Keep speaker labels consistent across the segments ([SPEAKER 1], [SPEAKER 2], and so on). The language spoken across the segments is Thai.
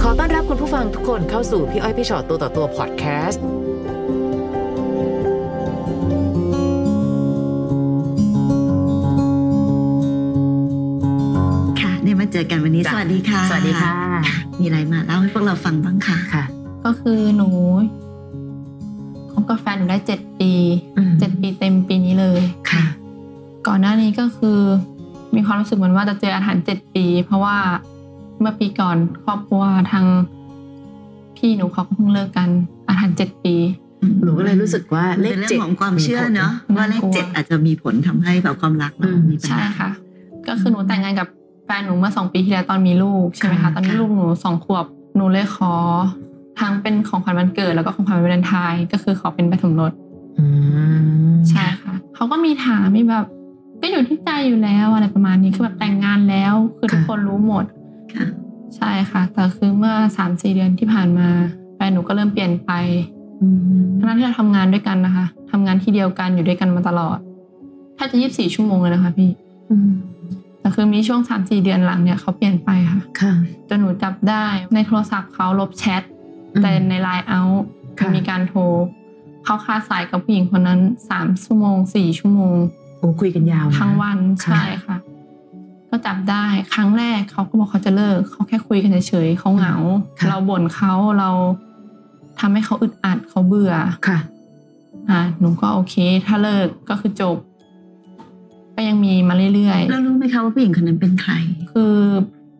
[SPEAKER 1] ขอต้อนรับคุณผู้ฟังทุกคนเข้าสู่พี่อ้อยพี่ชอตตัวต่อตัวพอดแคสต์
[SPEAKER 2] ค่ะได้มาเจอกันวันนี้
[SPEAKER 1] จ้ะ
[SPEAKER 2] สวัสดีค่ะ
[SPEAKER 1] สวัสดีค่ะ
[SPEAKER 2] มีอะไรมาเล่าให้พวกเราฟังบ้างคะ
[SPEAKER 1] ค่ะ
[SPEAKER 3] ก็คือหนูคบกับแฟนหนูได้เจ็ดปี
[SPEAKER 1] อืม
[SPEAKER 3] เจ็ดปีเต็มปีนี้เลย
[SPEAKER 1] ค่ะ
[SPEAKER 3] ก่อนหน้านี้ก็คือ มีความรู้สึกเหมือนว่าจะเจออาถรรพ์เจ็ดปี เพราะว่าเมื่อปีก่อนครอบครัวทางพี่หนูเขาก็เพิ่งเลิกกันอาถรรพ์เจ็ดปี
[SPEAKER 2] อืม
[SPEAKER 1] หนูก็เลยรู้สึกว่าเลข
[SPEAKER 2] เป็นเรื่อ
[SPEAKER 1] เจ็ด
[SPEAKER 2] งของความเชื่อเนอะ
[SPEAKER 3] มีผล
[SPEAKER 2] ว่าเลข
[SPEAKER 3] น่ากลัว
[SPEAKER 2] เจ็ดอาจจะมีผลทำให้แบบความรักเรา
[SPEAKER 1] อืม
[SPEAKER 2] มีปัญ
[SPEAKER 3] ใช่
[SPEAKER 2] หา
[SPEAKER 3] ค่ะ ก็คือหนูแต่งงานกับแฟนหนูเมื่อสองปีที่แล้วตอนมีลูกใช่ไหม
[SPEAKER 2] ค่ะ
[SPEAKER 3] คะตอนนี้
[SPEAKER 2] ค่ะ
[SPEAKER 3] ลูกหนูสองขวบหนูเลยขอทั้งเป็นของขวัญวันเกิดแล้วก็ของขวัญวันวาเลนไทน์ก็คือขอเป็นใบสมรส
[SPEAKER 1] อืม
[SPEAKER 3] ใช่ค่ะ เขาก็มีถามมีแบบ ก็อยู่ที่ใจอยู่แล้วอะไรประมาณนี้คือแบบแต่งงานแล้ว คือทุกคนรู้หมด
[SPEAKER 2] ค่ะ
[SPEAKER 3] ใช่ค่ะ แต่คือเมื่อสามสี่เดือนที่ผ่านมาแฟนหนูก็เริ่มเปลี่ยนไป
[SPEAKER 1] อืม
[SPEAKER 3] ทั้งๆที่เราทำงานด้วยกันนะคะทำงานที่เดียวกันอยู่ด้วยกันมาตลอดแทบจะยี่สิบสี่ชั่วโมงเลยนะคะพี่
[SPEAKER 1] อืม
[SPEAKER 3] แต่คือมีช่วงสามสี่เดือนหลังเนี่ยเขาเปลี่ยนไปค่ะ
[SPEAKER 1] ค่ะ
[SPEAKER 3] จนหนูจับได้ในโทรศัพท์เขาลบแชท
[SPEAKER 1] อืม
[SPEAKER 3] แต่ในไลน์เอา
[SPEAKER 1] ค่ะ
[SPEAKER 3] มีการโทรเขาคาสายกับผู้หญิงคนนั้นสามชั่วโมงสี่ชั่วโมง
[SPEAKER 1] โอ้คุยกันยาวนะ
[SPEAKER 3] ทั้งวัน
[SPEAKER 1] ค่ะ
[SPEAKER 3] ใช่ค่ะ ก็จับได้ครั้งแรกเขาก็บอกเขาจะเลิกเขาแค่คุยกันเฉยๆเขาเหงา เราบ่นเขาเราทำให้เขาอึดอัดเขาเบื่อ
[SPEAKER 1] ค่ะ
[SPEAKER 3] อ่ะหนูก็โอเค ถ้าเลิกก็คือจบ ก็ยังมีมาเรื่อย
[SPEAKER 2] แล้วรู้ไหมคะว่าผู้หญิงคนนั้นเป็นใคร
[SPEAKER 3] ๆ คือ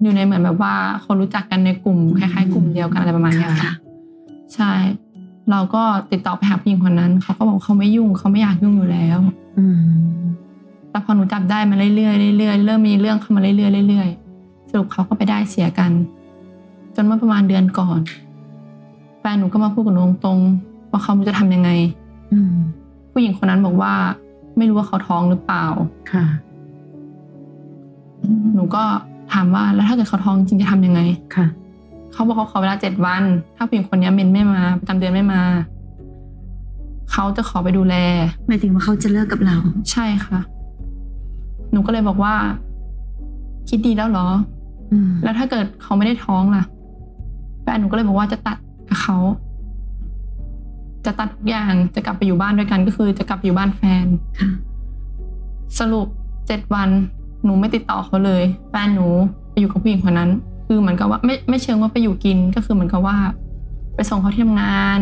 [SPEAKER 3] อยู่ในเหมือนแบบว่าคนรู้จักกันในกลุ่มคล้ายๆกลุ่มเดียวกันอะไรประมาณเนี้ยค่ะ
[SPEAKER 2] ค่ะ
[SPEAKER 3] ใช่ เราก็ติดต่อไปหาผู้หญิงคนนั้นเขาก็บอกเขาไม่ยุ่งเขาไม่อยากยุ่งอยู่แล้ว
[SPEAKER 1] อืม
[SPEAKER 3] แต่พอหนูจับได้มาเรื่อยๆเรื่อยๆเริ่มมีเรื่องเข้ามาเรื่อยๆเรื่อยๆสรุปเขาก็ไปได้เสียกัน จนเมื่อประมาณเดือนก่อนแฟนหนูก็มาพูดกับหนูตรงๆว่าเขาไม่รู้จะทำยังไง
[SPEAKER 1] อืม
[SPEAKER 3] ผู้หญิงคนนั้นบอกว่า ไม่รู้ว่าเขาท้องหรือเปล่า
[SPEAKER 1] ค่ะ
[SPEAKER 3] หนูก็ถามว่าแล้วถ้าเกิดเขาท้องจริงจะทำยังไง
[SPEAKER 1] ค่ะ
[SPEAKER 3] เขาบอกเขาขอเวลาเจ็ดวัน ถ้าผู้หญิงคนนี้เมนไม่มาประจำเดือนไม่มา เขาจะขอไปดูแล
[SPEAKER 2] หมายถึงว่าเขาจะเลิกกับเรา
[SPEAKER 3] ใช่ค่ะ หนูก็เลยบอกว่า คิดดีแล้วเหรอ
[SPEAKER 1] อืม
[SPEAKER 3] แล้วถ้าเกิดเขาไม่ได้ท้องล่ะแฟนหนูก็เลยบอกว่าจะตัดกับเขา จะตัดทุกอย่างจะกลับไปอยู่บ้านด้วยกันก็คือจะกลับไปอยู่บ้านแฟน
[SPEAKER 2] ค่ะ
[SPEAKER 3] สรุปเจ็ดวัน หนูไม่ติดต่อเขาเลย แฟนหนูไปอยู่กับผู้หญิงคนนั้น คือเหมือนกับว่าไม่ไม่เชิงว่าไปอยู่กินก็คือเหมือนกับว่า ไปส่งเขาที่ทำงาน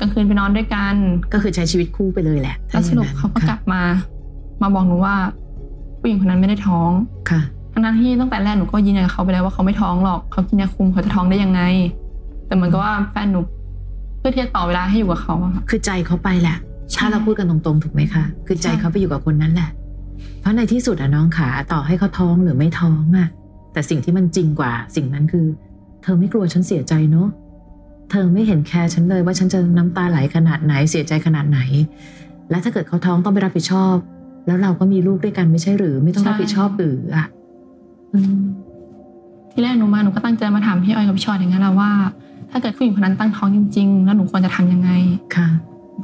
[SPEAKER 3] กลางคืนไปนอนด้วยกัน
[SPEAKER 1] ก็คือใช้ชีวิตคู่ไปเลยแหละ
[SPEAKER 3] แล้วสรุปเขาก็กลับมา มาบอกหนูว่าผู้หญิงคนนั้นไม่ได้ท้อง
[SPEAKER 1] ค่ะ
[SPEAKER 3] ทั้งนั้นที่ตั้งแต่แรกหนูก็ยืนยันกับเขาไปแล้วว่าเขาไม่ท้องหรอกเขากินยาคุมเขาจะท้องได้ยังไง แต่เหมือนกับว่าแฟนหนูเพื่อที่จะต่อเวลาให้อยู่กับเขาอะค่ะ
[SPEAKER 1] คือใจเขาไปแหละ
[SPEAKER 3] ใช่
[SPEAKER 1] ถ้าเราพูดกันตรงๆ ถูกไหมคะ คือใจ
[SPEAKER 3] ใช่
[SPEAKER 1] เขาไปอยู่กับคนนั้นแหละ เพราะในที่สุดอะน้องขาต่อให้เขาท้องหรือไม่ท้องอะแต่สิ่งที่มันจริงกว่า สิ่งนั้นคือ เธอไม่กลัวฉันเสียใจเนอะเธอไม่เห็นแคร์ฉันเลยว่าฉันจะน้ำตาไหลขนาดไหนเสียใจขนาดไหน และถ้าเกิดเขาท้องต้องไปรับผิดชอบ แล้วเราก็มีลูกด้วยกันไม่ใช่หรือ ไม่ต้องรับผิดชอบหรืออะอืม
[SPEAKER 3] ที่แรกหนูมาหนูก็ตั้งใจมาถามพี่ออยกับพี่ชอยอย่างนั้นแหละว่า ถ้าเกิดผู้หญิงคนนั้นตั้งท้องจริง ๆ แล้วหนูควรจะทำยังไง
[SPEAKER 1] ค่ะ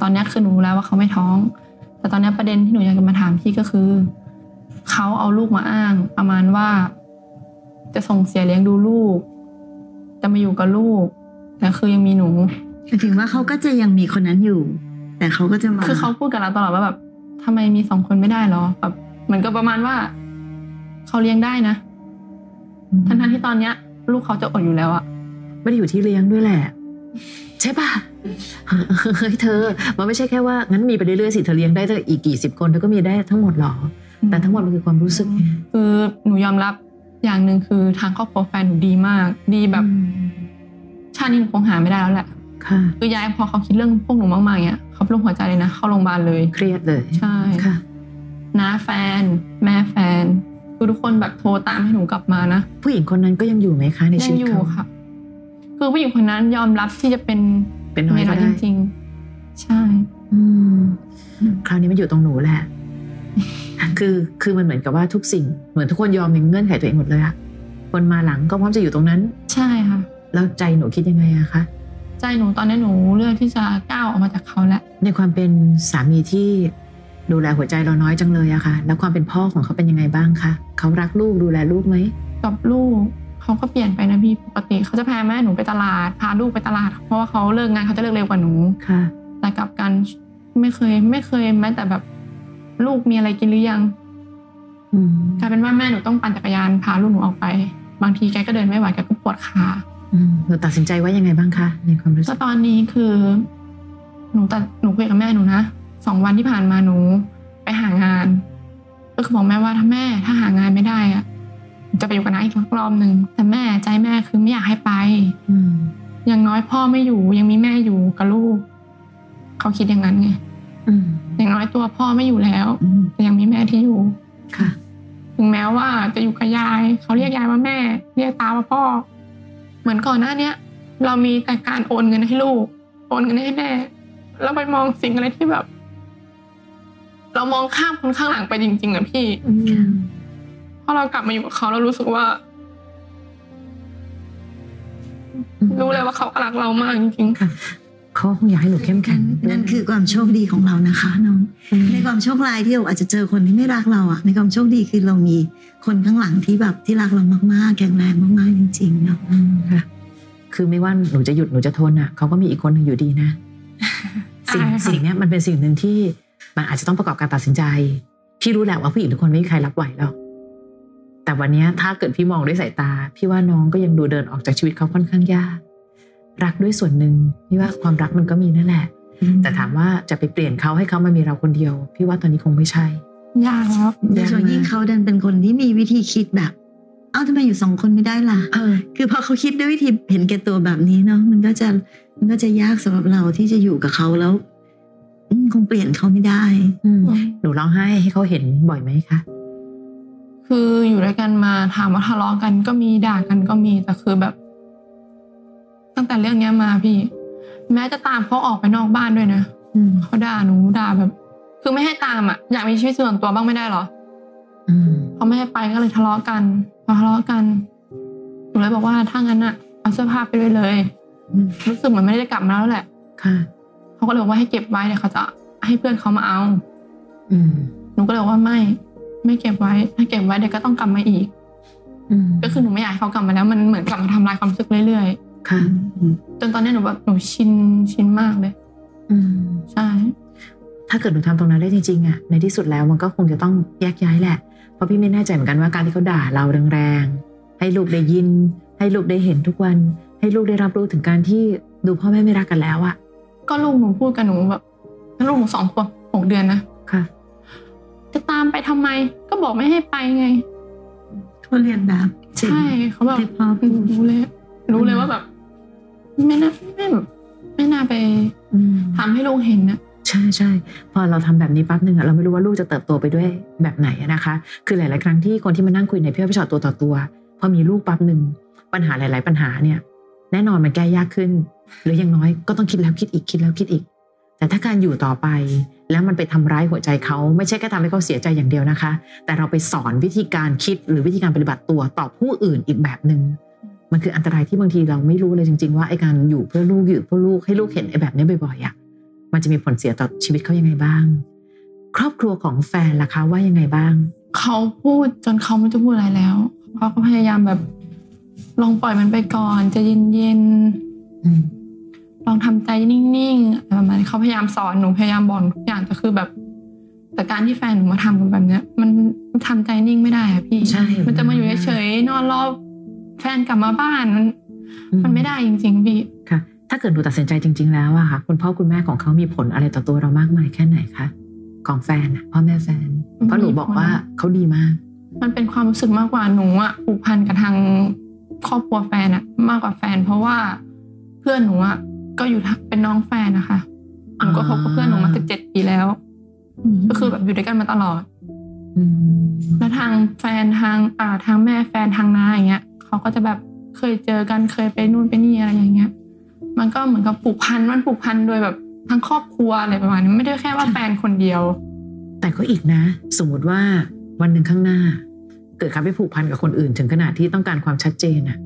[SPEAKER 3] ตอนเนี้ยคือหนูรู้แล้วว่าเขาไม่ท้อง แต่ตอนเนี้ยประเด็นที่หนูอยากจะมาถามพี่ก็คือเขาเอาลูกมาอ้าง ประมาณว่า จะส่งเสียเลี้ยงดูลูก จะมาอยู่กับลูกแต่คือยังมีหนู
[SPEAKER 2] หมายถึงว่าเขาก็จะยังมีคนนั้นอยู่ แต่เขาก็จะมา
[SPEAKER 3] คือเขาพูดกับเราตลอดว่าแบบทำไมมีสองคนไม่ได้หรอแบบเหมือนกับประมาณว่าเขาเลี้ยงได้นะทั้งทั้งๆที่ตอนเนี้ย ลูกเขาจะอดอยู่แล้วอะ
[SPEAKER 1] ไม่ได้อยู่ที่เลี้ยงด้วยแหละ ใช่ปะเฮ้ยเธอ มันไม่ใช่แค่ว่างั้นมีไปเรื่อยๆสิเธอเลี้ยงได้ตั้งอีกกี่สิบคนเธอก็มีได้ทั้งหมดหรอ แต่ทั้งหมดมันคือความรู้สึกไง
[SPEAKER 3] คือหนูยอมรับอย่างหนึ่งคือทางครอบครัวแฟนหนูดีมาก ดีแบบ ชาตินี้หนูคงหาไม่ได้แล้วแหละ
[SPEAKER 1] ค่ะ
[SPEAKER 3] คือยายพอเขาคิดเรื่องพวกหนูมากๆเนี้ยเขาลงหัวใจเลยนะเข้าโรงพยาบาลเลย
[SPEAKER 1] เครียดเลย
[SPEAKER 3] ใช่
[SPEAKER 1] ค่ะ
[SPEAKER 3] น้าแฟน แม่แฟนคือทุกคนแบบโทรตามให้หนูกลับมานะ
[SPEAKER 1] ผู้หญิงคนนั้นก็ยังอยู่ไหมคะ ใน
[SPEAKER 3] ยั
[SPEAKER 1] ชีวิต
[SPEAKER 3] อยู่
[SPEAKER 1] เขา
[SPEAKER 3] ค่ะ คือผู้หญิงคนนั้นยอมรับที่จะเป็น
[SPEAKER 1] เป็นน้อย
[SPEAKER 3] เมีย
[SPEAKER 1] ก็
[SPEAKER 3] น้อยจ
[SPEAKER 1] ได้
[SPEAKER 3] ริง ๆ ใช่
[SPEAKER 1] อืมคราวนี้มันอยู่ตรงหนูแหละ คือคือมันเหมือนกับว่าทุกสิ่งเหมือนทุกคนยอมในเงื่อนไขตัวเองหมดเลยอะคนมาหลังก็พร้อมจะอยู่ตรงนั้น
[SPEAKER 3] ใช่ค่ะ
[SPEAKER 1] แล้วใจหนูคิดยังไงอะคะ
[SPEAKER 3] ใจหนูตอนนี้หนูเลือกที่จะก้าวออกมาจากเขาแล้ว
[SPEAKER 1] ในความเป็นสามีที่ดูแลหัวใจเราน้อยจังเลยอะค่ะ แล้วความเป็นพ่อของเขาเป็นยังไงบ้างคะเขารักลูกดูแลลูกไหม
[SPEAKER 3] กับลูก เขาก็เปลี่ยนไปนะพี่ปกติเขาจะพาแม่หนูไปตลาดพาลูกไปตลาด เพราะว่าเขาเลิกงานเขาจะเลิกเร็วกว่าหนู
[SPEAKER 1] ค่ะ
[SPEAKER 3] แต่กลับกันไม่เคยไม่เคยแม้แต่แบบลูกมีอะไรกินหรือยัง
[SPEAKER 1] อืม
[SPEAKER 3] กลายเป็นว่าแม่หนูต้องปั่นจักรยานพาลูกหนูออกไป บางทีแกก็เดินไม่ไหวแกก็ปวดขา
[SPEAKER 1] อืมหนูตัดสินใจว่ายังไงบ้างคะในความรู้สึ
[SPEAKER 3] ก็
[SPEAKER 1] ก
[SPEAKER 3] ตอนนี้คือ หนูตัดหนูคุยกับแม่หนูนะสองวันที่ผ่านมาหนู ไปหางาน ก็คือบอกแม่ว่าถ้าแม่ถ้าหางานไม่ได้อะหนูจะไปอยู่กับน้าอีกรอบหนึ่งแต่แม่ใจแม่คือไม่อยากให้ไป
[SPEAKER 1] อืม
[SPEAKER 3] อย่างน้อยพ่อไม่อยู่ ยังมีแม่อยู่กับลูก เขาคิดอย่างนั้นไง
[SPEAKER 1] อืม
[SPEAKER 3] อย่างน้อยตัวพ่อไม่อยู่แล้ว
[SPEAKER 1] อืม
[SPEAKER 3] แต่ยังมีแม่ที่อยู่
[SPEAKER 1] ค่ะ
[SPEAKER 3] ถึงแม้ว่าจะอยู่กับยาย เขาเรียกยายว่าแม่ เรียกตาว่าพ่อ เหมือนก่อนหน้าเนี้ย เรามีแต่การโอนเงินให้ลูก โอนเงินให้แม่เราไปมองสิ่งอะไรที่แบบ เรามองข้ามคนข้างหลังไปจริงๆนะพี่
[SPEAKER 1] อืม
[SPEAKER 3] พอเรากลับมาอยู่กับเขาเรารู้สึกว่า รู้เลยว่าเขาก็รักเรามากจริง
[SPEAKER 1] เขาคงอยากให้หนูเข้มแข็งด้วย
[SPEAKER 2] นั่นคือความโชคดีของเรานะคะน้อง
[SPEAKER 1] ม
[SPEAKER 2] ในความโชคร้ายที่เราอาจจะเจอคนที่ไม่รักเราอะในความโชคดีคือเรามีคนข้างหลังที่แบบที่รักเรามากๆ แข็งแรงมากๆจริงๆเนาะ
[SPEAKER 1] อืมค่ะ คือไม่ว่าหนูจะหยุดหนูจะทนอ่ะเขาก็มีอีกคนหนึ่งอยู่ดี นะ
[SPEAKER 3] ๆ
[SPEAKER 1] สิ่ง
[SPEAKER 3] ใช่ค่ะ
[SPEAKER 1] สิ่งเนี้ยมันเป็นสิ่งหนึ่งที่มันอาจจะต้องประกอบการตัดสินใจ พี่รู้แหละว่าผู้หญิงทุกคนไม่มีใครรับไหวหรอกแต่วันเนี้ยถ้าเกิดพี่มองด้วยสายตา พี่ว่าน้องก็ยังดูเดินออกจากชีวิตเขาค่อนข้างยาก รักด้วยส่วนหนึ่งพี่ว่าความรักมันก็มีนั่นแหละ แต่ถามว่าจะไปเปลี่ยนเขาให้เขามามีเราคนเดียว พี่ว่าตอนนี้คงไม่ใช่
[SPEAKER 3] ยากแล้ว
[SPEAKER 2] โดยเฉพาะยิ่งเขาดันเป็นคนที่มีวิธีคิดแบบ เอ้าทำไมอยู่สองคนไม่ได้ล่ะ
[SPEAKER 1] เออ
[SPEAKER 2] คือพอเขาคิดด้วยวิธีเห็นแก่ตัวแบบนี้เนาะมันก็จะมันก็จะยากสำหรับเราที่จะอยู่กับเขาแล้วอืมคงเปลี่ยนเขาไม่ได้
[SPEAKER 1] อืมหนูร้องไห้ให้เขาเห็นบ่อยไหมคะ
[SPEAKER 3] คืออยู่ด้วยกันมาถามว่าทะเลาะกันก็มีด่ากันก็มีแต่คือแบบ ตั้งแต่เรื่องเนี้ยมาพี่ แม้จะตามเขาออกไปนอกบ้านด้วยนะ
[SPEAKER 1] อืม
[SPEAKER 3] เขาด่าหนูด่าแบบ คือไม่ให้ตามอ่ะอยากมีชีวิตส่วนตัวบ้างไม่ได้เหรอ
[SPEAKER 1] อืม
[SPEAKER 3] เขาไม่ให้ไปก็เลยทะเลาะกันพอทะเลาะกันหนูเลยบอกว่าถ้างั้นอ่ะเอาเสื้อผ้าไปด้วยเลย
[SPEAKER 1] อืม
[SPEAKER 3] รู้สึกเหมือนไม่ได้กลับมาแล้วแหละ
[SPEAKER 1] ค่ะ
[SPEAKER 3] เขาก็เลยบอกว่าให้เก็บไว้เดี๋ยวเขาจะให้เพื่อนเขามาเอา
[SPEAKER 1] อืม
[SPEAKER 3] หนูก็เลยบอกว่าไม่ ไม่เก็บไว้ ถ้าเก็บไว้เดี๋ยวก็ต้องกลับมาอีก
[SPEAKER 1] อืม
[SPEAKER 3] ก็คือหนูไม่อยากให้เขากลับมาแล้วมันเหมือนกลับมาทำลายความรู้สึกเรื่อย
[SPEAKER 1] ค่ะ
[SPEAKER 3] ๆจนตอนนี้หนูแบบหนูชินชินมากเลย
[SPEAKER 1] อืม
[SPEAKER 3] ใช่
[SPEAKER 1] ถ้าเกิดหนูทำตรงนั้นได้จริงๆอะในที่สุดแล้วมันก็คงจะต้องแยกย้ายแหละ เพราะพี่ไม่แน่ใจเหมือนกันว่าการที่เขาด่าเราแรงๆ ให้ลูกได้ยิน ให้ลูกได้เห็นทุกวัน ให้ลูกได้รับรู้ถึงการที่ดูพ่อแม่ไม่รักกันแล้วอะ
[SPEAKER 3] ก็ลูกหนูพูดกับหนูแบบลูกหนูสองขวบหกเดือนนะ
[SPEAKER 1] ค่ะ
[SPEAKER 3] จะตามไปทำไมก็บอกไม่ให้ไปไง
[SPEAKER 2] เขาเรียนแบบจริง
[SPEAKER 3] ใช่เขาแบบ
[SPEAKER 2] แต่พอพูด
[SPEAKER 3] รู้เลย รู้เลยว่าแบบ ไม่น่าไม่แบบไม่น่าไป
[SPEAKER 1] อืม
[SPEAKER 3] ทำให้ลูกเห็นนะ
[SPEAKER 1] ใช่ใช่พอเราทำแบบนี้ปั๊บหนึ่งอะเราไม่รู้ว่าลูกจะเติบโตไปด้วยแบบไหนอะนะคะ คือหลาย ๆ ครั้งที่คนที่มานั่งคุยในพี่อ้อยพี่ชอตตัวต่อตัวพอมีลูกปั๊บหนึ่งปัญหาหลาย ๆ ปัญหาเนี่ย แน่นอนมันแก้ยากขึ้น หรืออย่างน้อยก็ต้องคิดแล้วคิดอีกคิดแล้วคิดอีก แต่ถ้าการอยู่ต่อไป แล้วมันไปทำร้ายหัวใจเขาไม่ใช่แค่ทำให้เขาเสียใจอย่างเดียวนะคะ แต่เราไปสอนวิธีการคิดหรือวิธีการปฏิบัติตัวต่อผู้อื่นอีกแบบหนึ่งมันคืออันตรายที่บางทีเราไม่รู้เลยจริง ๆ ว่าไอการอยู่เพื่อลูกอยู่เพื่อลูกให้ลูกเห็นไอแบบนี้บ่อยๆอ่ะมันจะมีผลเสียต่อชีวิตเขายังไงบ้าง ครอบครัวของแฟนล่ะคะว่ายังไงบ้าง
[SPEAKER 3] เขาพูดจนเขาไม่จะพูดอะไรแล้วเขาก็พยายามแบบ ลองปล่อยมันไปก่อนใจะเย็น
[SPEAKER 1] อืม
[SPEAKER 3] ๆลองทำใจนิ่งๆอะไรประมาณนี้เขาพยายามสอนหนูพยายามบอกหนูทุกอย่างแต่คือแบบ แต่การที่แฟนหนูมาทำกันแบบเนี้ย มันมันทำใจนิ่งไม่ได้อะพี่
[SPEAKER 1] ใช่
[SPEAKER 3] มันจะมาอยู่เฉยๆนอนรอบแฟนกลับมาบ้านมัน
[SPEAKER 1] อื
[SPEAKER 3] มันไม่ได้จริงๆพี่
[SPEAKER 1] ค่ะ ถ้าเกิดหนูตัดสินใจจริง ๆ แล้วอะค่ะ คุณพ่อคุณแม่ของเขามีผลอะไรต่อตัวเรามากมายแค่ไหนคะ ของแฟนอะพ่อแม่แฟน เพราะหนูบอกว่าเขาดีมาก
[SPEAKER 3] มันเป็นความรู้สึกมากกว่าหนูอะผูกพันกับทางครอบครัวแฟนอะมากกว่าแฟน เพราะว่าเพื่อนหนูอะก็อยู่ทะเป็นน้องแฟนนะคะหนูก็คบกับเพื่อนหนูมาสิบเจ็ดปีแล้ว ก็คือแบบอยู่ด้วยกันมาตลอด
[SPEAKER 1] อืม
[SPEAKER 3] แล้วทางแฟนทางอ่าทางแม่แฟนทางน้าอย่างเงี้ยเขาก็จะแบบเคยเจอกันเคยไปนู่นไปนี่อะไรอย่างเงี้ย มันก็เหมือนกับผูกพันมันผูกพันโดยแบบทั้งครอบครัวอะไรประมาณนี้ไม่ได้แค่ว่าแฟนคนเดียว
[SPEAKER 1] แต่ก็อีกนะ สมมติว่าวันหนึ่งข้างหน้า เกิดเขาไปผูกพันกับคนอื่น ถึงขนาดที่ต้องการความชัดเจนอะ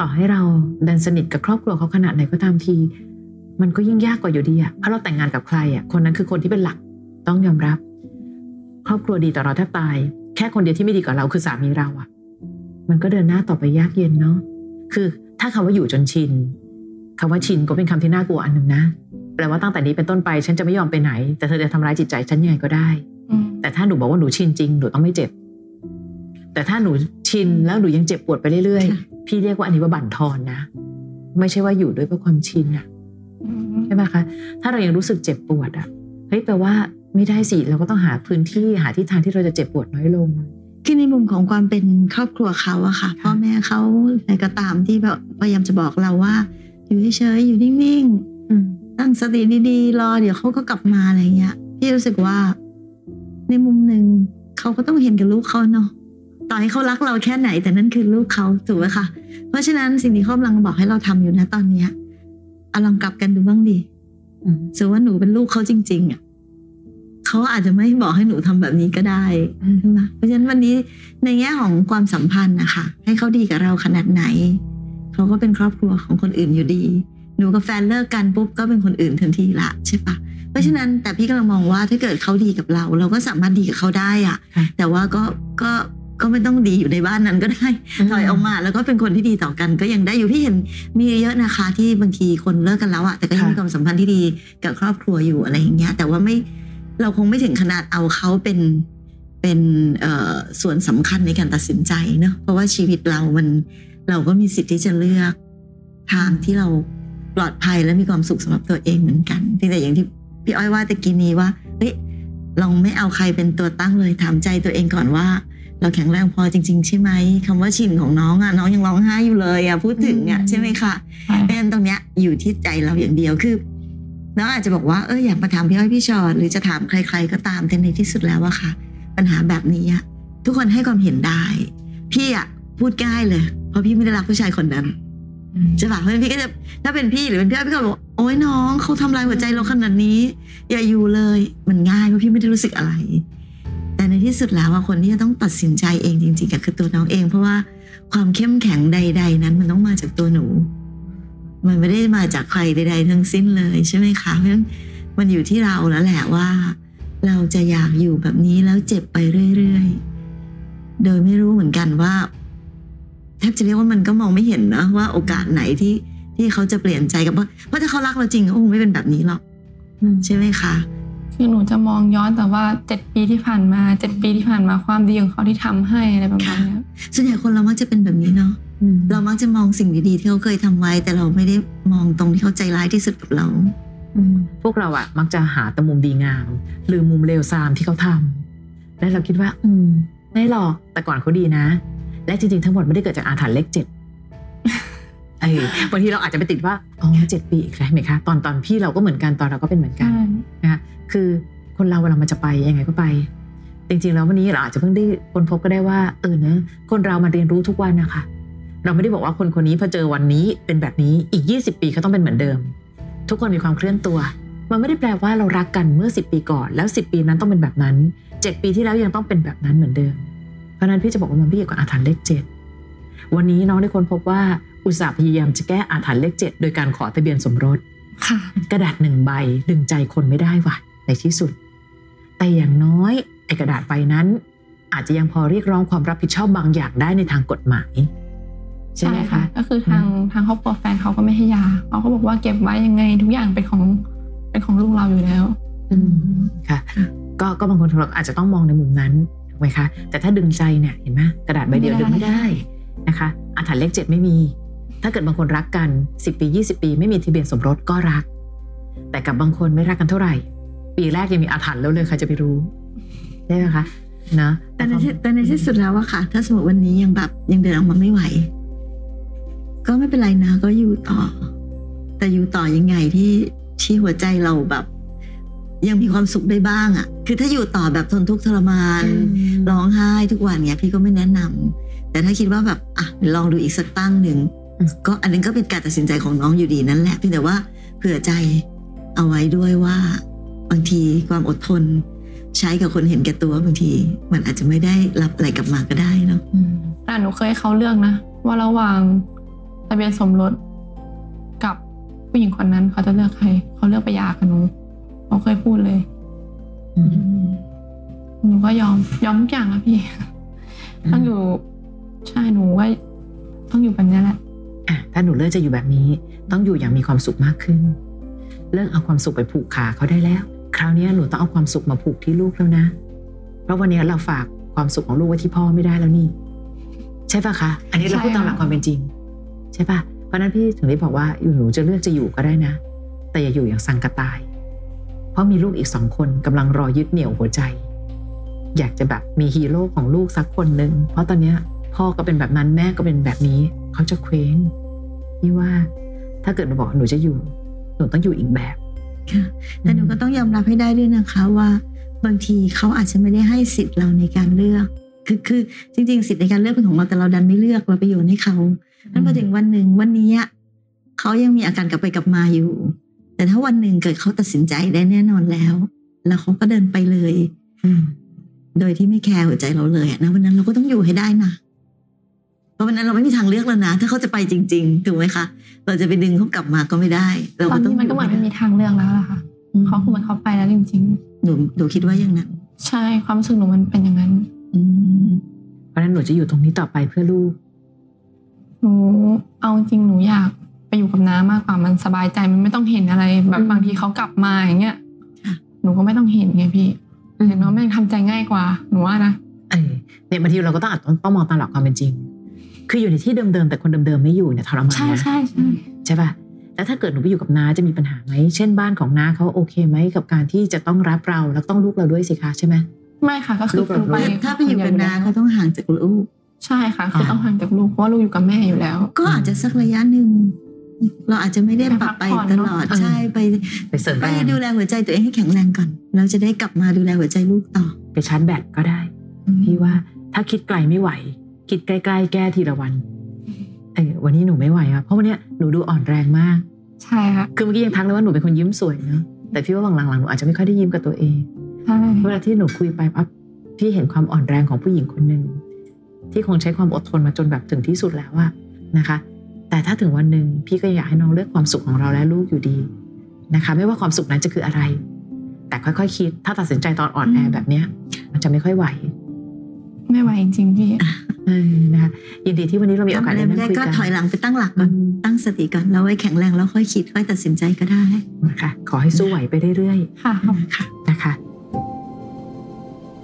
[SPEAKER 1] ต่อให้เราดันสนิทกับครอบครัวเขาขนาดไหนก็ตามที มันก็ยิ่งยากกว่าอยู่ดีอะเพราะเราแต่งงานกับใครอะคนนั้นคือคนที่เป็นหลักต้องยอมรับ ครอบครัวดีต่อเราแทบตาย แค่คนเดียวที่ไม่ดีกับเราคือสามีเราอะ มันก็เดินหน้าต่อไปยากเย็นเนาะ คือถ้าคำว่าอยู่จนชินคำว่าชินก็เป็นคำที่น่ากลัวอันหนึ่งนะ แปลว่าตั้งแต่นี้เป็นต้นไปฉันจะไม่ยอมไปไหน แต่เธอจะทำร้ายจิตใจฉันยังไงก็ได้
[SPEAKER 3] อืม
[SPEAKER 1] แต่ถ้าหนูบอกว่าหนูชินจริงหนูต้องไม่เจ็บ แต่ถ้าหนูชินแล้วหนูยังเจ็บปวดไปเรื่อย
[SPEAKER 2] ค่ะ
[SPEAKER 1] ๆ พี่เรียกว่าอันนี้ว่าบั่นทอนนะ ไม่ใช่ว่าอยู่ด้วยเพราะความชินอะ
[SPEAKER 3] อืม
[SPEAKER 1] ใช่ไหมคะ ถ้าเรายังรู้สึกเจ็บปวดอ่ะ เฮ้ยแปลว่าไม่ได้สิ เราก็ต้องหาพื้นที่หาที่ทางที่เราจะเจ็บปวดน้อยลง
[SPEAKER 2] ที่ในมุมของความเป็นครอบครัวเขาอะค่ะ
[SPEAKER 1] ค่ะ
[SPEAKER 2] พ่อแม่เขาอะไรก็ตามที่แบบพยายามจะบอกเราว่า อยู่เฉยๆอยู่นิ่งๆตั้งสติดีๆรอเดี๋ยวเขาก็กลับมาอะไรเงี้ยพี่รู้สึกว่า ในมุมหนึ่งเขาก็ต้องเห็นกับลูกเขาเนาะต่อให้เขารักเราแค่ไหน แต่นั่นคือลูกเขาถูกไหมคะเพราะฉะนั้นสิ่งที่เขากำลังบอกให้เราทำอยู่นะตอนเนี้ยเอาลองกลับกันดูบ้างดี
[SPEAKER 1] อืม
[SPEAKER 2] สมมติว่าหนูเป็นลูกเขาจริงๆอ่ะเขาอาจจะไม่บอกให้หนูทำแบบนี้ก็ได้ใช่ไหมเพราะฉะนั้นวันนี้ในแง่ของความสัมพันธ์นะคะ ให้เขาดีกับเราขนาดไหน เขาก็เป็นครอบครัวของคนอื่นอยู่ดี หนูกับแฟนเลิกกันปุ๊บก็เป็นคนอื่นทันทีละใช่ปะเพราะฉะนั้นแต่พี่กำลังมองว่าถ้าเกิดเขาดีกับเรา เราก็สามารถดีกับเขาได้อ่ะ
[SPEAKER 1] ค่ะ
[SPEAKER 2] แต่ว่าก็ก็ก็ไม่ต้องดีอยู่ในบ้านนั้นก็ได้ ถอยออกมาแล้วก็เป็นคนที่ดีต่อกันก็ยังได้อยู่พี่เห็นมีเยอะนะคะ ที่บางทีคนเลิกกันแล้วอะแต่ก็ยังมีความสัมพันธ์ที่ดีกับครอบครัวอยู่อะไรอย่างเงี้ย แต่ว่าไม่เราคงไม่ถึงขนาดเอาเขาเป็นเป็นเอ่อส่วนสำคัญในการตัดสินใจเนอะเพราะว่าชีวิตเรามันเราก็มีสิทธิ์ที่จะเลือก ทางที่เราปลอดภัยและมีความสุขสำหรับตัวเองเหมือนกันเพียงแต่อย่างที่พี่อ้อยว่าตะกี้นี้ว่าเฮ้ยลองไม่เอาใครเป็นตัวตั้งเลยถามใจตัวเองก่อนว่า เราแข็งแรงพอจริง ๆ ใช่ไหมคำว่าชินของน้องอ่ะน้องยังร้องไห้อยู่เลยอ่ะพูดถึงเนี่ย
[SPEAKER 3] อืม
[SPEAKER 2] ใช่ไหมคะ
[SPEAKER 3] ใช่
[SPEAKER 2] เพราะฉะนั้นตรงเนี้ยอยู่ที่ใจเราอย่างเดียวคือน้องอาจจะบอกว่าเอออยากมาถามพี่อ้อยพี่ชอดหรือจะถามใคร ๆ ก็ตามแต่ในที่สุดแล้วอะค่ะ ปัญหาแบบนี้อะทุกคนให้ความเห็นได้ พี่อะพูดง่ายเลย เพราะพี่ไม่ได้รักผู้ชายคนนั้น
[SPEAKER 1] อืม
[SPEAKER 2] ใช่ปะเพราะฉะนั้นพี่ก็จะถ้าเป็นพี่หรือเป็นพี่อ้อยพี่ก็บอกโอ๊ยน้องเขาทำลายหัวใจเราขนาดนี้ อย่าอยู่เลยมันง่ายเพราะพี่ไม่ได้รู้สึกอะไร แต่ในที่สุดแล้วอะคนที่จะต้องตัดสินใจเองจริงๆก็คือตัวน้องเอง เพราะว่าความเข้มแข็งใด ๆ นั้นมันต้องมาจากตัวหนู มันไม่ได้มาจากใครใด ๆ ทั้งสิ้นเลยใช่ไหมคะเพราะฉะนั้นมันอยู่ที่เราแล้วแหละว่า เราจะอยากอยู่แบบนี้แล้วเจ็บไปเรื่อยๆ โดยไม่รู้เหมือนกันว่าแทบจะเรียกว่ามันก็มองไม่เห็นนะว่าโอกาสไหนที่ที่เขาจะเปลี่ยนใจกับว่าเพราะถ้าเขารักเราจริงก็คงไม่เป็นแบบนี้หรอก
[SPEAKER 1] อืม
[SPEAKER 2] ใช่ไหมคะ
[SPEAKER 3] คือหนูจะมองย้อนแต่ว่าเจ็ดปีที่ผ่านมาเจ็ดปีที่ผ่านมาความดีของเขาที่ทำให้อะไรประมาณเนี้ย
[SPEAKER 2] ส่วนใหญ่คนเรามักจะเป็นแบบนี้เนาะ
[SPEAKER 1] อืม
[SPEAKER 2] เรามักจะมองสิ่งดีๆที่เขาเคยทำไว้ แต่เราไม่ได้มองตรงที่เขาใจร้ายที่สุดกับเรา
[SPEAKER 1] อืมพวกเราอะมักจะหาแต่มุมดีงามลืมมุมเลวทรามที่เขาทำและเราคิดว่า อืม ไม่หรอกแต่ก่อนเขาดีนะ และจริงๆทั้งหมดไม่ได้เกิดจากอาถรรพ์เลขเจ็ด เออบางทีเราอาจจะไปติดว่าอ๋อเจ็ดปีอีกแล้วเห็นไหมคะ ตอนตอนพี่เราก็เหมือนกันตอนเราก็เป็นเหมือนกัน นะคะคือคนเราเวลามันจะไปยังไงก็ไป จริงๆแล้ววันนี้เราอาจจะเพิ่งได้คนพบก็ได้ว่าเออนะคนเรามันเรียนรู้ทุกวันนะคะเราไม่ได้บอกว่าคนคนนี้พอเจอวันนี้เป็นแบบนี้อีก 20 ปีเขาต้องเป็นเหมือนเดิม ทุกคนมีความเคลื่อนตัว มันไม่ได้แปลว่าเรารักกันเมื่อ 10 ปีก่อน แล้ว 10 ปีนั้นต้องเป็นแบบนั้น 7 ปีที่แล้วยังต้องเป็นแบบนั้นเหมือนเดิม เพราะฉะนั้นพี่จะบอกว่ามันพี่เกี่ยวกับอาถรรพ์เลขเจ็ดวันนี้น้องได้คนพบว่าอุตสาห์พยายามจะแก้อาถรรพ์เลขเจ็ดโดยการขอทะเบียนสมรส
[SPEAKER 3] ค่ะ
[SPEAKER 1] กระดาษหนึ่งใบดึงใจคนไม่ได้ว่ะในที่สุด แต่อย่างน้อยไอ้กระดาษใบนั้น อาจจะยังพอเรียกร้องความรับผิดชอบบางอย่างได้ในทางกฎหมาย ใช่
[SPEAKER 3] ใช่
[SPEAKER 1] ไหม
[SPEAKER 3] ค่ะ
[SPEAKER 1] คะ
[SPEAKER 3] ก็คือทางทางครอบครัวแฟนเขาก็ไม่ให้ยาเขาก็บอกว่าเก็บไว้ยังไงทุกอย่างเป็นของเป็นของลูกเราอยู่แล้ว
[SPEAKER 1] อืมค่ะ
[SPEAKER 2] ค่ะ
[SPEAKER 1] ก็ก็บางคนเราอาจจะต้องมองในมุมนั้นถูกไหมคะ แต่ถ้าดึงใจเนี่ยเห็นไหมกระดาษใบเดียว
[SPEAKER 3] ไม่ได้
[SPEAKER 1] ดึงไม่ได้นะคะอาถรรพ์เลขเจ็ดไม่มี ถ้าเกิดบางคนรักกัน 10 ปี 20 ปี ไม่มีทะเบียนสมรสก็รัก แต่กับบางคนไม่รักกันเท่าไหร่ ปีแรกยังมีอาถรรพ์แล้วเลยใครจะไปรู้ได้ไหมคะนะ
[SPEAKER 2] แต่ในที่แต่ในที่สุดแล้วอะค่ะ ถ้าสมมติวันนี้ยังแบบยังเดินออกมาไม่ไหว ก็ไม่เป็นไรนะ ก็อยู่ต่อ แต่อยู่ต่อยังไงที่ที่หัวใจเราแบบ ยังมีความสุขได้บ้างอะคือถ้าอยู่ต่อแบบทนทุกข์ทรมาน
[SPEAKER 1] ล
[SPEAKER 2] ร้
[SPEAKER 1] อ
[SPEAKER 2] อง งไห้ทุกวันเนี่ยพี่ก็ไม่แนะนำแต่ถ้าคิดว่าแบบอ่ะเดี๋ยวลองดูอีกสักตั้งหนึ่ง
[SPEAKER 1] อืม
[SPEAKER 2] ก็อันนั้นก็เป็นการตัดสินใจของน้องอยู่ดีนั่นแหละเพียงแต่ว่าเผื่อใจเอาไว้ด้วยว่า บางทีความอดทน ใช้กับคนเห็นแก่ตัวบางที มันอาจจะไม่ได้รับอะไรกลับมาก็ได้เนาะ
[SPEAKER 3] แต่หนูเคยให้เขาเลือกนะ ว่าระหว่างทะเบียนสมรสกับผู้หญิงคนนั้นเขาจะเลือกใคร เขาเลือกไปหยากับหนูเขาเคยพูดเลยหนูก็ยอมยอมทุกอย่างอะพี่
[SPEAKER 1] อืม
[SPEAKER 3] ตั้งอยู่ ใช่หนูว่าต้องอยู่แบบเนี้ยแหละ
[SPEAKER 1] อ่ะถ้าหนูเลือกจะอยู่แบบนี้ ต้องอยู่อย่างมีความสุขมากขึ้น เลิกเอาความสุขไปผูกขาเขาได้แล้ว คราวนี้หนูต้องเอาความสุขมาผูกที่ลูกแล้วนะ เพราะวันนี้เราฝากความสุขของลูกไว้ที่พ่อไม่ได้แล้วนี่ ใช่ปะคะ อันนี้เรา
[SPEAKER 3] ใช่
[SPEAKER 1] พูดตามหลัก
[SPEAKER 3] ค่ะ
[SPEAKER 1] ความเป็นจริง ใช่ปะเพราะฉะนั้นพี่ถึงได้บอกว่าอยู่หนูจะเลือกจะอยู่ก็ได้นะ แต่อย่าอยู่อย่างสังกะตาย เพราะมีลูกอีกสองคนกำลังรอยึดเหนี่ยวหัวใจ อยากจะแบบมีฮีโร่ของลูกสักคนหนึ่งเพราะตอนเนี้ยพ่อก็เป็นแบบนั้นแม่ก็เป็นแบบนี้ เขาจะเคว้งนี่ว่า ถ้าเกิดหนูบอกหนูจะอยู่ หนูต้องอยู่อีกแบบ
[SPEAKER 2] ค่ะ แต่หนูก็ต้องยอมรับให้ได้ด้วยนะคะว่าบางทีเขาอาจจะไม่ได้ให้สิทธิ์เราในการเลือก คือคือจริง ๆ สิทธิ์ในการเลือกเป็นของเราแต่เราดันไม่เลือกเราไปโยนให้เขานั้นพอถึงวันหนึ่งวันนี้อะเขายังมีอาการกลับไปกลับมาอยู่ แต่ถ้าวันหนึ่งเกิดเขาตัดสินใจได้แน่นอนแล้ว แล้วเขาก็เดินไปเลย
[SPEAKER 1] อืม
[SPEAKER 2] โดยที่ไม่แคร์หัวใจเราเลยอะนะวันนั้นเราก็ต้องอยู่ให้ได้นะเพราะวันนั้นเราไม่มีทางเลือกแล้วนะถ้าเขาจะไปจริงๆถูกไหมคะเราจะไปดึงเขากลับมาก็ไม่ได้ เรา
[SPEAKER 3] ตอ
[SPEAKER 2] ก็
[SPEAKER 3] น
[SPEAKER 2] ต้อง
[SPEAKER 3] นี้มันก็เหมือนไม่มีทางเลือกแล้วล่ะค่ะเขาคือเหมือนเขาไปแล้วจริง
[SPEAKER 2] หนูหนูคิดว่าอย่างนั้น
[SPEAKER 3] ๆ ใช่ความรู้สึกหนูมันเป็นอย่างนั้น
[SPEAKER 2] อืม
[SPEAKER 1] เพราะฉะนั้นหนูจะอยู่ตรงนี้ต่อไปเพื่อลูก
[SPEAKER 3] หนูเอาจริงหนูอยากไปอยู่กับน้ามากกว่ามันสบายใจมันไม่ต้องเห็นอะไร แบบ
[SPEAKER 1] อืม
[SPEAKER 3] บางทีเขากลับมาอย่างเงี้ย
[SPEAKER 2] ค่ะ
[SPEAKER 3] หนูก็ไม่ต้องเห็นไงพี่เห็นว่ามันทำใจง่ายกว่าหนูว่านะ
[SPEAKER 1] เออเนี่ยบางทีเราก็ต้องอาจต้องต้องมองตามหลักความเป็นจริง คืออยู่ในที่เดิมๆแต่คนเดิมๆไม่อยู่เนี่ยทรมาน
[SPEAKER 3] ใช่
[SPEAKER 1] นะ
[SPEAKER 3] ใช่ใช่
[SPEAKER 1] ใช่ป่ะแล้วถ้าเกิดหนูไปอยู่กับน้าจะมีปัญหาไหมเช่นบ้านของน้าเขาโอเคไหมกับการที่จะต้องรับเราแล้วต้องลูกเราด้วยสิคะใช่ไหม
[SPEAKER 3] ไม่ค่ะก็คือ
[SPEAKER 1] ลูกกับ
[SPEAKER 3] หนูไป
[SPEAKER 1] ลูก
[SPEAKER 2] ถ้าไปอยู่กับน้าเขาต้องห่างจากลูก
[SPEAKER 3] ใช่ค่ะคือต้องห่างจากลูกเพราะว่าลูกอยู่กับแม่อยู่แล้ว
[SPEAKER 2] ก็อาจจะสักระยะหนึ่ง เราอาจจะไม่ได้ปรับไปตลอด
[SPEAKER 1] ไปพักผ่อนเนอะ
[SPEAKER 2] ใช่ไป
[SPEAKER 1] ไปเสริม
[SPEAKER 2] ไป
[SPEAKER 1] แรง
[SPEAKER 2] ดูแลหัวใจตัวเองให้แข็งแรงก่อน เราจะได้กลับมาดูแลหัวใจลูกต่อ
[SPEAKER 1] ไปชาร์จแบตก็ได้
[SPEAKER 2] อ
[SPEAKER 1] พี่ว่าถ้าคิดไกลไม่ไหว คิดใกล้ๆแก้ทีละวันเออวันนี้หนูไม่ไหวอะเพราะวันเนี้ยหนูดูอ่อนแรงมาก
[SPEAKER 3] ใช่ค่ะ
[SPEAKER 1] คือเมื่อกี้ยังทักเลยว่าหนูเป็นคนยิ้มสวยเนอะแต่พี่ว่าหลังๆหนูอาจจะไม่ค่อยได้ยิ้มกับตัวเอง
[SPEAKER 3] ใช่
[SPEAKER 1] เวลาที่หนูคุยไปปั๊บพี่เห็นความอ่อนแรงของผู้หญิงคนหนึ่งที่คงใช้ความอดทนมาจนแบบถึงที่สุดแล้วอะนะคะ แต่ถ้าถึงวันหนึ่งพี่ก็อยากให้น้องเลือกความสุขของเราและลูกอยู่ดีนะคะ ไม่ว่าความสุขนั้นจะคืออะไร แต่ค่อยๆคคิด ถ้าตัดสินใจตอนอ่อนแอแบบเนี้ย มันจะไม่ค่อยไหว
[SPEAKER 3] ไม่ไหวจริงๆพี่
[SPEAKER 1] เออนะคะยินดีที่วันนี้เรามีโอกาส
[SPEAKER 2] ทำอะไร
[SPEAKER 1] ได้
[SPEAKER 2] ไม่
[SPEAKER 1] นั่ง
[SPEAKER 2] ได้
[SPEAKER 1] คุย
[SPEAKER 2] ก็
[SPEAKER 1] กัน
[SPEAKER 2] ถอยหลังไปตั้งหลักก่
[SPEAKER 1] อื
[SPEAKER 2] อน
[SPEAKER 1] ม
[SPEAKER 2] ตั้งสติก่อนแล้วไว้แข็งแรงแล้วค่อยคิดค่อยตัดสินใจก็ได้
[SPEAKER 1] นะคะขอให้สู้ไหวไปเรื่อย
[SPEAKER 3] ค่ะขอบคุณ
[SPEAKER 1] ๆนะคะ